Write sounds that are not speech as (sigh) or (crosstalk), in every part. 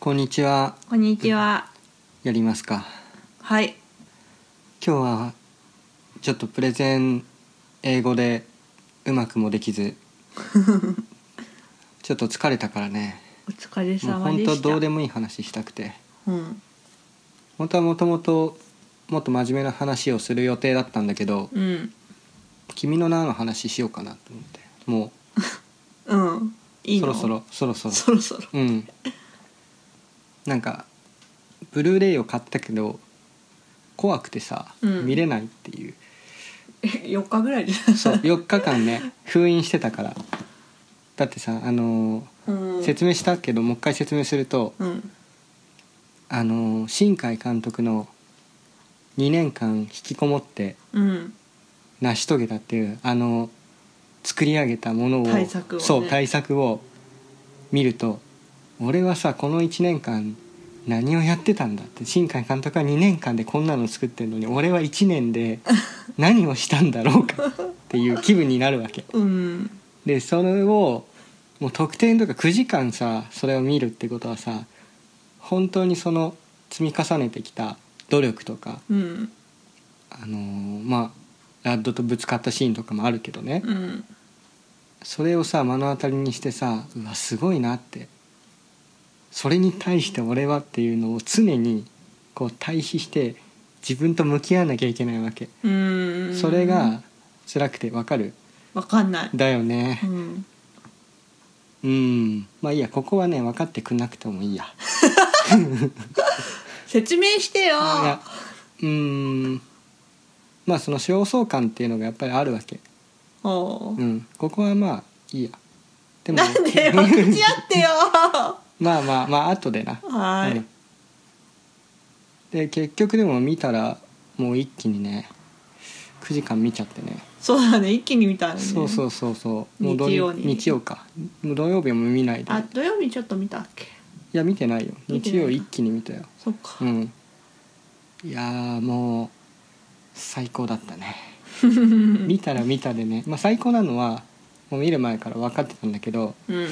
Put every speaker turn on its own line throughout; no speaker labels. こんにちは。
こんにちは。
やりますか。
はい。
今日はちょっとプレゼン英語でうまくもでき
(laughs)
ず、ちょっと疲れたからね。
お疲れ
もう
様
本
でした。
当どうでもいい話したくて、
うん。
本当はもともともっと真面目な話をする予定だったんだけど、
うん。
君の名の話しようかなと思って、も
うん。
う
いい
そ
の
ろそ。ろそろそろ
そろそろ。
うんなんかブルーレイを買ったけど怖くてさ、
うん
見れないっていう
4日ぐらいで。
そう4日間ね封印してたからだってさあのー
うん。
説明したけどもう一回説明すると、
うん。
あのー新海監督の2年間引きこもって
うん。
成し遂げたっていうあのー作り上げたものを
対策をね
そう対策を見ると俺はさこの1年間何をやってたんだって新海監督は2年間でこんなの作ってるのに俺は1年で何をしたんだろうかっていう気分になるわけ。
うん。
でそれをもう特典とか9時間さそれを見るってことはさ本当にその積み重ねてきた努力とか、
うん。
あのーまあラッドとぶつかったシーンとかもあるけどね、
うん。
それをさ目の当たりにしてさうわすごいなってそれに対して俺はっていうのを常にこう対比して自分と向き合わなきゃいけないわけ、
うん。
それが。辛くてわかる
わかんない。
だよね、
うん。
うんまあいいやここはね分かってくんなくてもいいや
説明してよ。
いやうんまあその焦燥感っていうのがやっぱりあるわけ
おう
う。んここはまあいいやでも
なんでよ。口ち合ってよ。
(laughs) まあまあまあ後でな
は
う
い
ん。で結局でも見たらもう一気にね9時間見ちゃってね
そうだね。一気に見たね。。
そうそううそうそうもう土
日曜に
日曜かもう土曜日も見ないで
あ、土曜日ちょっと見たっけ。
いや見てないよ
見て
日
ない
曜一気に見たよ
そっか
う。んいやーもう最高だったね見たら見たでね、まあ、最高なのはもう見る前から分かってたんだけど
うん。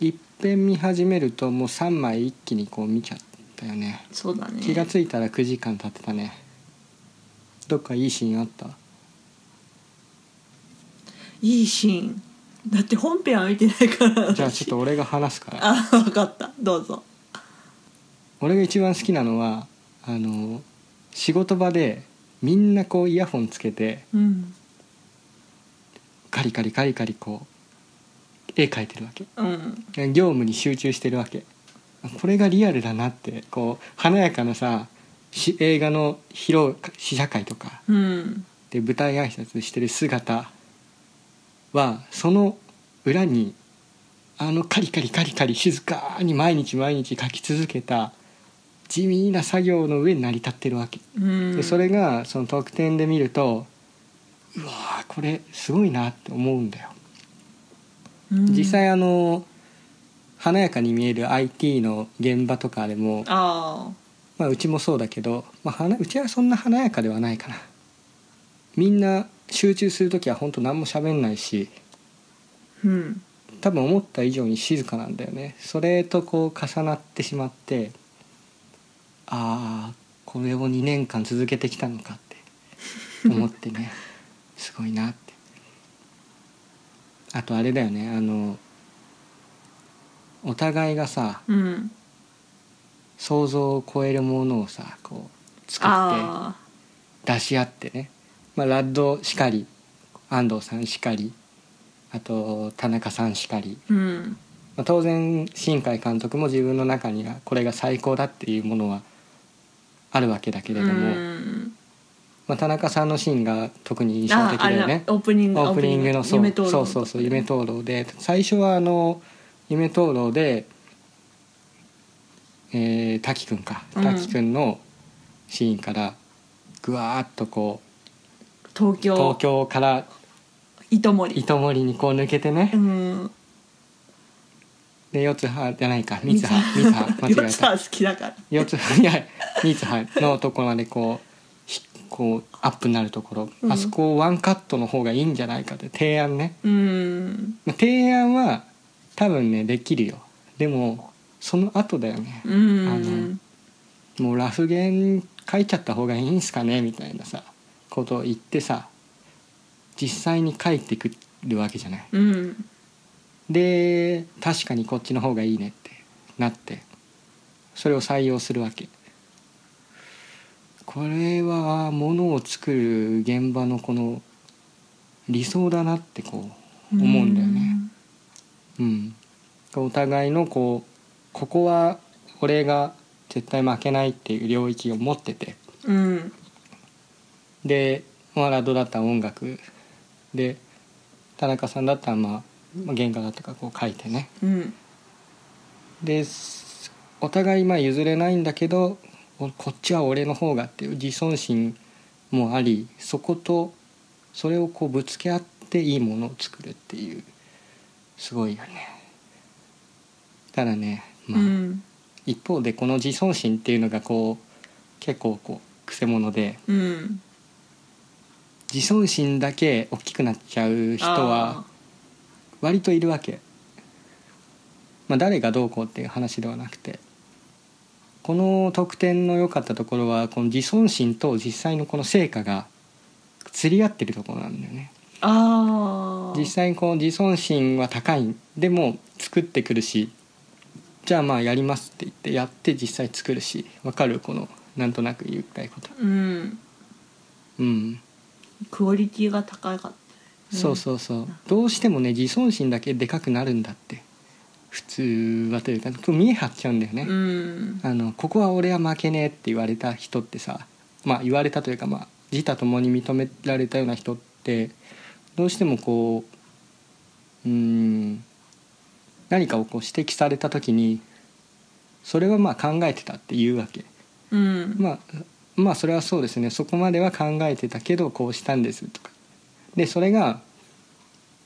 いっぺん見始めるともう3枚一気にこう見ちゃったよね
そうだね。
気がついたら9時間経ってたねどっかいいシーンあった
いいシーンだって本編は見てないから
じゃあちょっと俺が話すから
(laughs) あ分かったどうぞ
俺が一番好きなのはあの仕事場でみんなこうイヤホンつけて
うん
カリカリカリカリこう絵描いてるわけ
うん
業務に集中してるわけこれがリアルだなってこう華やかなさし映画の披露試写会とか
うん
で舞台挨拶してる姿はその裏にあのカリカリカリカリ静かに毎日毎日書き続けた地味な作業の上に成り立ってるわけ、
うん
でそれがその特典で見るとうわーこれすごいなって思うんだよ
うん
実際あの華やかに見える IT の現場とかでも
あ
まあ、うちもそうだけど、まあ、はなうちはそんな華やかではないかなみんな集中する時は本当何も喋んないし
ーうん
多分思った以上に静かなんだよねそれとこう重なってしまってああこれを2年間続けてきたのかって思ってね (laughs) すごいなってあとあれだよねあのお互いがさ
うん
想像を超えるものをさこう作って
あ
出し合ってね、まあ、ラッドしかり安藤さんしかりあと田中さんしかり
ーうん
まあ、当然新海監督も自分の中にはこれが最高だっていうものはあるわけだけれども、
うん
まあ、田中さんのシーンが特に印象
あ
的
あ
だ
れ
よ
だ
ね
オープニン
オ
グ
ープニングのそう
夢灯籠
そうそうそう夢灯籠で最初はあの夢灯籠で、えー、滝くんか
うん
滝くんのシーンからぐわーっとこう
東京
東京から
糸森
糸森にこう抜けてね、
うん
で四つ葉じゃないか三つ葉三つ葉間違
(laughs) 四
え
つ
た
葉好きだから
四つ葉いや三つ葉のところまでこうひこうアップになるところ、
うん
あそこをワンカットの方がいいんじゃないかって提案ね
うん
まあ提案は多分ねできるよでもその後だよね
う
あ
ん
のもうラフゲン書いちゃった方がいいんすかねみたいなさことを言ってさ実際に書いてくるわけじゃない。
うん
で確かにこっちの方がいいねってなってそれを採用するわけ。これはものを作る現場のこの理想だなってこう思うんだよね。うん、お互いのこうここは俺が絶対負けないっていう領域を持ってて
うん
でワラドだったら音楽で田中さんだったらまあまあ原画だとかこう書いてね
うん
ですお互いまあ譲れないんだけどおこっちは俺の方がっていう自尊心もありそことそれをこうぶつけ合っていいものを作るっていうすごいよね。ただね、ま
う
あ
ん
一方でこの自尊心っていうのがこう結構こうくせ者で
うん
自尊心だけ大きくなっちゃう人は割といるわけ、まあ、誰がどうこうっていう話ではなくてこの得点の良かったところはこの自尊心と実際のこの成果が釣り合ってるところなんだよね
あー
実際にこの自尊心は高いでも作ってくるしじゃあまあやりますって言ってやって実際作るしわかるこのなんとなく言いたいこと
うん
うん
クオリティが高かった
そうそうそうどうしてもね自尊心だけでかくなるんだって普通はというか見え張っちゃうんだよね、
うん
あのここは俺は負けねえって言われた人ってさまあ言われたというかまあ自他ともに認められたような人ってどうしてもこううーん何かをこう指摘された時にそれはまあ考えてたっていうわけ。
うん
まあまあそれはそうですねそこまでは考えてたけどこうしたんですとかでそれが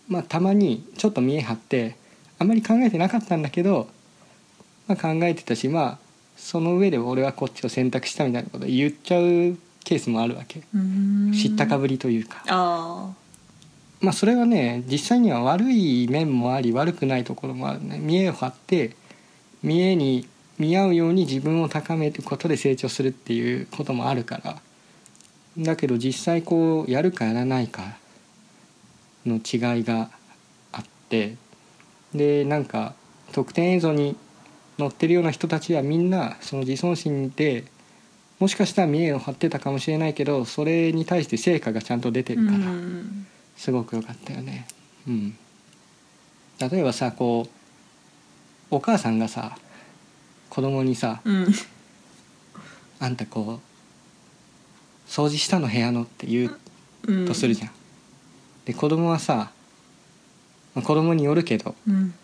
まあたまにちょっと見え張ってあまり考えてなかったんだけど、まあ、考えてたしまあその上で俺はこっちを選択したみたいなことを言っちゃうケースもあるわけ
うん
知ったかぶりというか、
あ
まあそれはね実際には悪い面もあり悪くないところもあるね見栄を張って見栄に見合うように自分を高めることで成長するっていうこともあるからだけど実際こうやるかやらないかの違いがあってでなんか特典映像に載ってるような人たちはみんなその自尊心でもしかしたら見栄を張ってたかもしれないけどそれに対して成果がちゃんと出て
ー
るから。
うん
すごく良かったよね。うん、例えばさこうお母さんがさ子供にさ
うん
「あんたこう掃除したの部屋の」って言う
うん
とするじゃん。で子供はさまあ子供によるけど
うん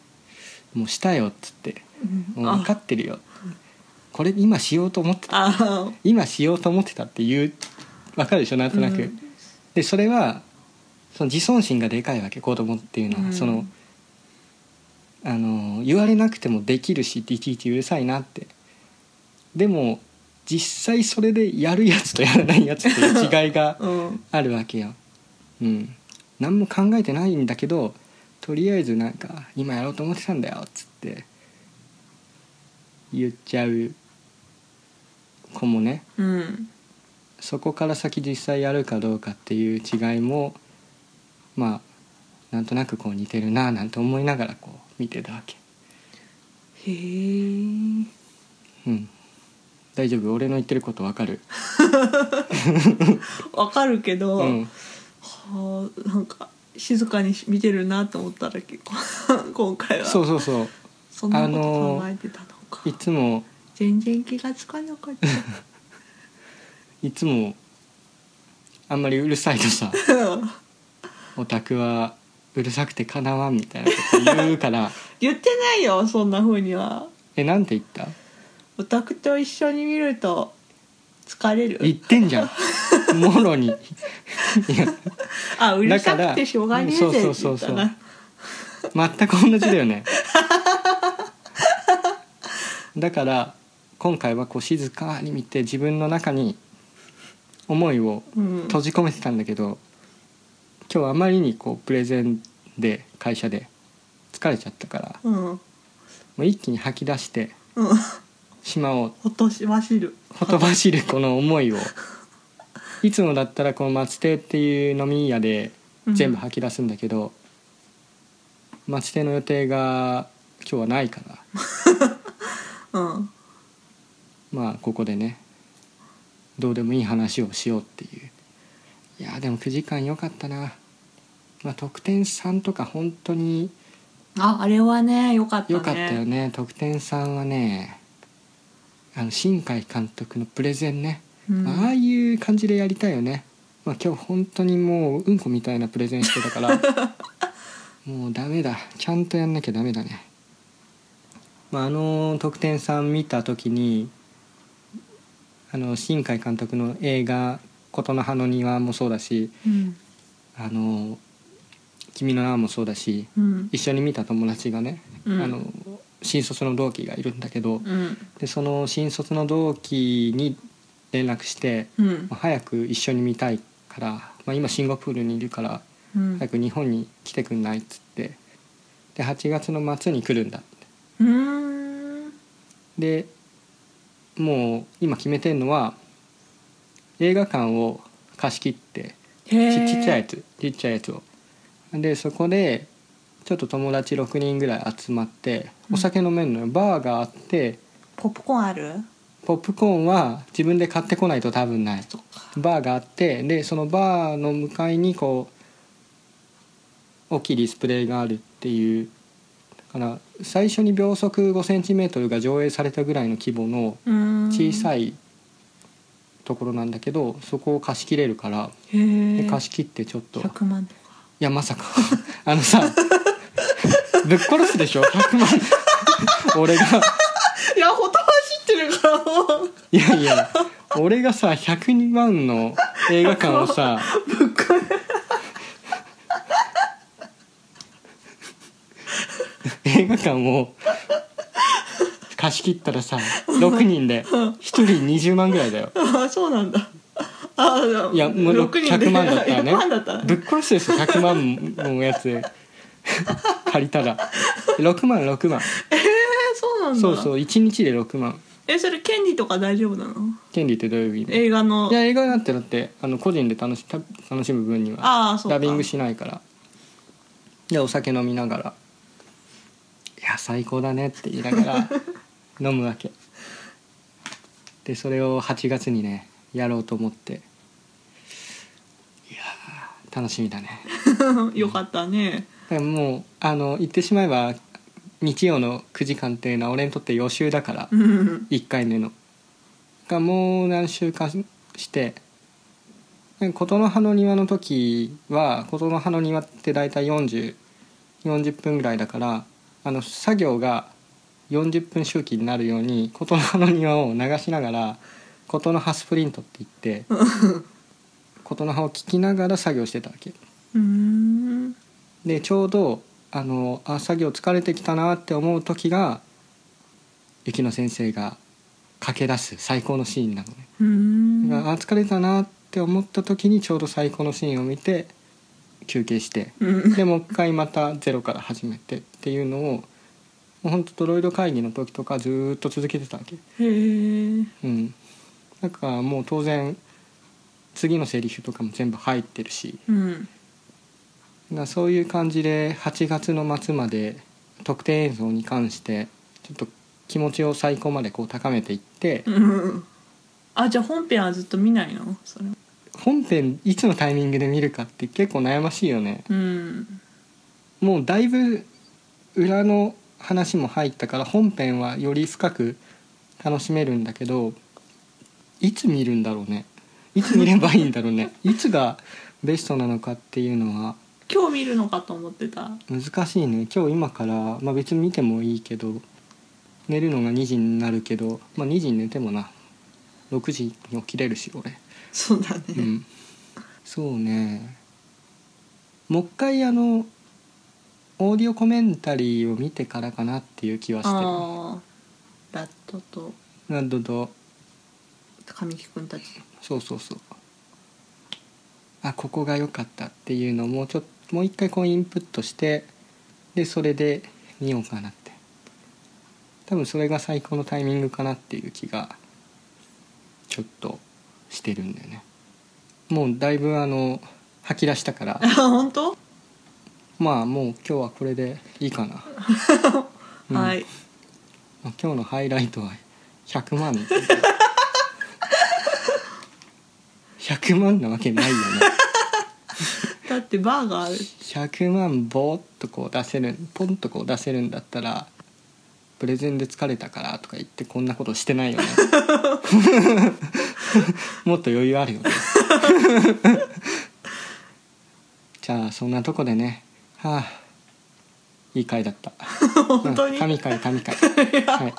「もうしたよ」っつって「
う
も
ん
う分かってるよ」これ今しようと思ってた
ああ
今しようと思ってたっていう分かるでしょなんとなく。
うん
でそれはその自尊心がでかいわけ子供っていうのは、
うん
そのあの言われなくてもできるしいちいちうるさいなってでも実際それでやるやつとやらないやつっていう違いが
(laughs) うん
あるわけよ。うん、何も考えてないんだけどとりあえずなんか「今やろうと思ってたんだよ」っつって言っちゃう子もね
うん
そこから先実際やるかどうかっていう違いもまあなんとなくこう似てるななんて思いながらこう見てたわけ、
へえ
うん、大丈夫俺の言ってることわかる、
わかるけど、
うん、
はあなんか静かに見てるなと思ったら結構 (laughs) 今回は
そうそうそう
そんなこと考えてたのか、
いつも
全然気がつかなかった
いつもあんまりうるさいとさオタクはうるさくてかなわんみたいなこと言うから
(laughs)
(laughs)
言ってないよそんな風には
えなんて言った
オタクと一緒に見ると疲れ
言っ
る
てんじゃんもろにいや
あうるさ
だ
く
か
て
ら
しょうがねえぜ
そ
っ
う
て
そ
言
うそう
っ
そ
た
う
な
全く同じだよねだから今回はこう静かに見て自分の中に思いを
うん
閉じ込めてたんだけど、今日あまりにこうプレゼンで会社で疲れちゃったから
うん
もう一気に吐き出して
うん
しまおう
ほとしましる
ほとばしるこの思いをいつもだったらこの松亭っていう飲み屋で全部吐き出すんだけど、松亭の予定が今日はないから
うん
まあここでねどうでもいい話をしようっていういやーでも9時間良かったなまあ得点3とか本当に
ああれはねよかったね
良かったよね得点3はねあの新海監督のプレゼンね、
うん
ああいう感じでやりたいよね、まあ、今日本当にもううんこみたいなプレゼンしてたから
(laughs)
もうダメだちゃんとやんなきゃダメだね、まあ、あの得点さん見た時にあの新海監督の映画「琴の葉の庭」もそうだし
うん
「あの君の名」もそうだし
うん
一緒に見た友達がね、
うん
あの新卒の同期がいるんだけど、
うん
でその新卒の同期に連絡して、
うん
まあ早く一緒に見たいから、まあ、今シンガポールにいるから
うん
早く日本に来てくんないっつってで8月の末に来るんだって
うーん
でもう今決めてんのは映画館を貸し切って
へ
ち
え
ちっちゃいやつちっちゃいやつをでそこでちょっと友達6人ぐらい集まってお酒飲めるのよ、バーがあって
ポップコーンある
ポップコーンは自分で買ってこないと多分ない
そっか
バーがあってでそのバーの向かいにこう大きいディスプレイがあるっていうだから最初に秒速 5cm が上映されたぐらいの規模の
うーん
小
い
さいところなんだけどそこを貸し切れるから
へ
で
え
貸し切ってちょっとい
100万とか
やまさかあのさぶっ殺すでしょ100万俺が
いやほとばしってるからもう
いやいや俺がさ102万の映画館をさ
ぶっか
映画館を貸し切ったらさ6人で1人20万ぐらいだよ
あそうなんだあ
いやもう
6人で
100万だったらね
100万だったら
ぶっ殺すですよ100万のやつ借りたら6万6万
えー、そうなんだ
そうそう1日で6万
えそれ権利とか大丈夫なの
権利ってどういう意味
映画の
いや映画だってだってあの個人で楽し楽楽しむ分には
ああそうか
ダビングしないからでお酒飲みながら「いや最高だね」って言いながら
(laughs)
飲むわけでそれを8月にねやろうと思っていやー楽しみだね
(laughs) よかったね
だからもうあの言ってしまえば日曜の9時間っていうのは俺にとって予習だから
うん
1回目のがもう何週かししてなんか琴の葉の庭の時は琴の葉の庭って大体4040分ぐらいだからあの作業が40分周期になるように琴の葉の庭を流しながら琴の葉スプリントって言って琴の葉を聞きながら作業してたわけ
うーん
でちょうどあのあ作業疲れてきたなって思う時が雪乃先生が駆け出す最高のシーンなのね、
うーん
だからあ疲れたなって思った時にちょうど最高のシーンを見て休憩して
うん
でもう一回またゼロから始めてっていうのをもうほんとドロイド会議の時とかずーっと続けてたわけ
へえ
うんだからもう当然次のセリフとかも全部入ってるし
うん
なそういう感じで8月の末まで特定映像に関してちょっと気持ちを最高までこう高めていって、
うんあじゃあ本編はずっと見ないのそれ
本編いつのタイミングで見るかって結構悩ましいよね
うん
もうだいぶ裏の話も入ったから本編はより深く楽しめるんだけどいつ見るんだろうねいつ見ればいいんだろうねいつがベストなのかっていうのは
今日見るのかと思ってた
難しいね今日今から、まあ、別に見てもいいけど寝るのが2時になるけど、まあ、2時に寝てもな6時に起きれるし俺
そうだね、
うんそうねもう一回あのオーディオコメンタリーを見てからかなっていう気はしてる
ああラットと
などど
神木君たち
そうそうそうあここが良かったっていうのをもうちょっともう一回こうインプットしてでそれで見ようかなって多分それが最高のタイミングかなっていう気がちょっとしてるんだよねもうだいぶあの吐き出したから
あ本当、
まあもう今日はこれでいいかな、うん
はい
まあ今日のハイライトは100万100万なわけないよね
だってバーがある
100万ボーっとこう出せるポンとこう出せるんだったらプレゼンで疲れたからとか言ってこんなことしてないよ
(laughs)
ねもっと余裕あるよねじゃあそんなとこでねはあいい回だった
本当に
うん神回神回、はい、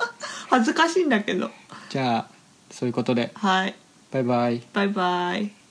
恥ずかしいんだけど
じゃあそういうことで
はい
バイバイ
バイバイ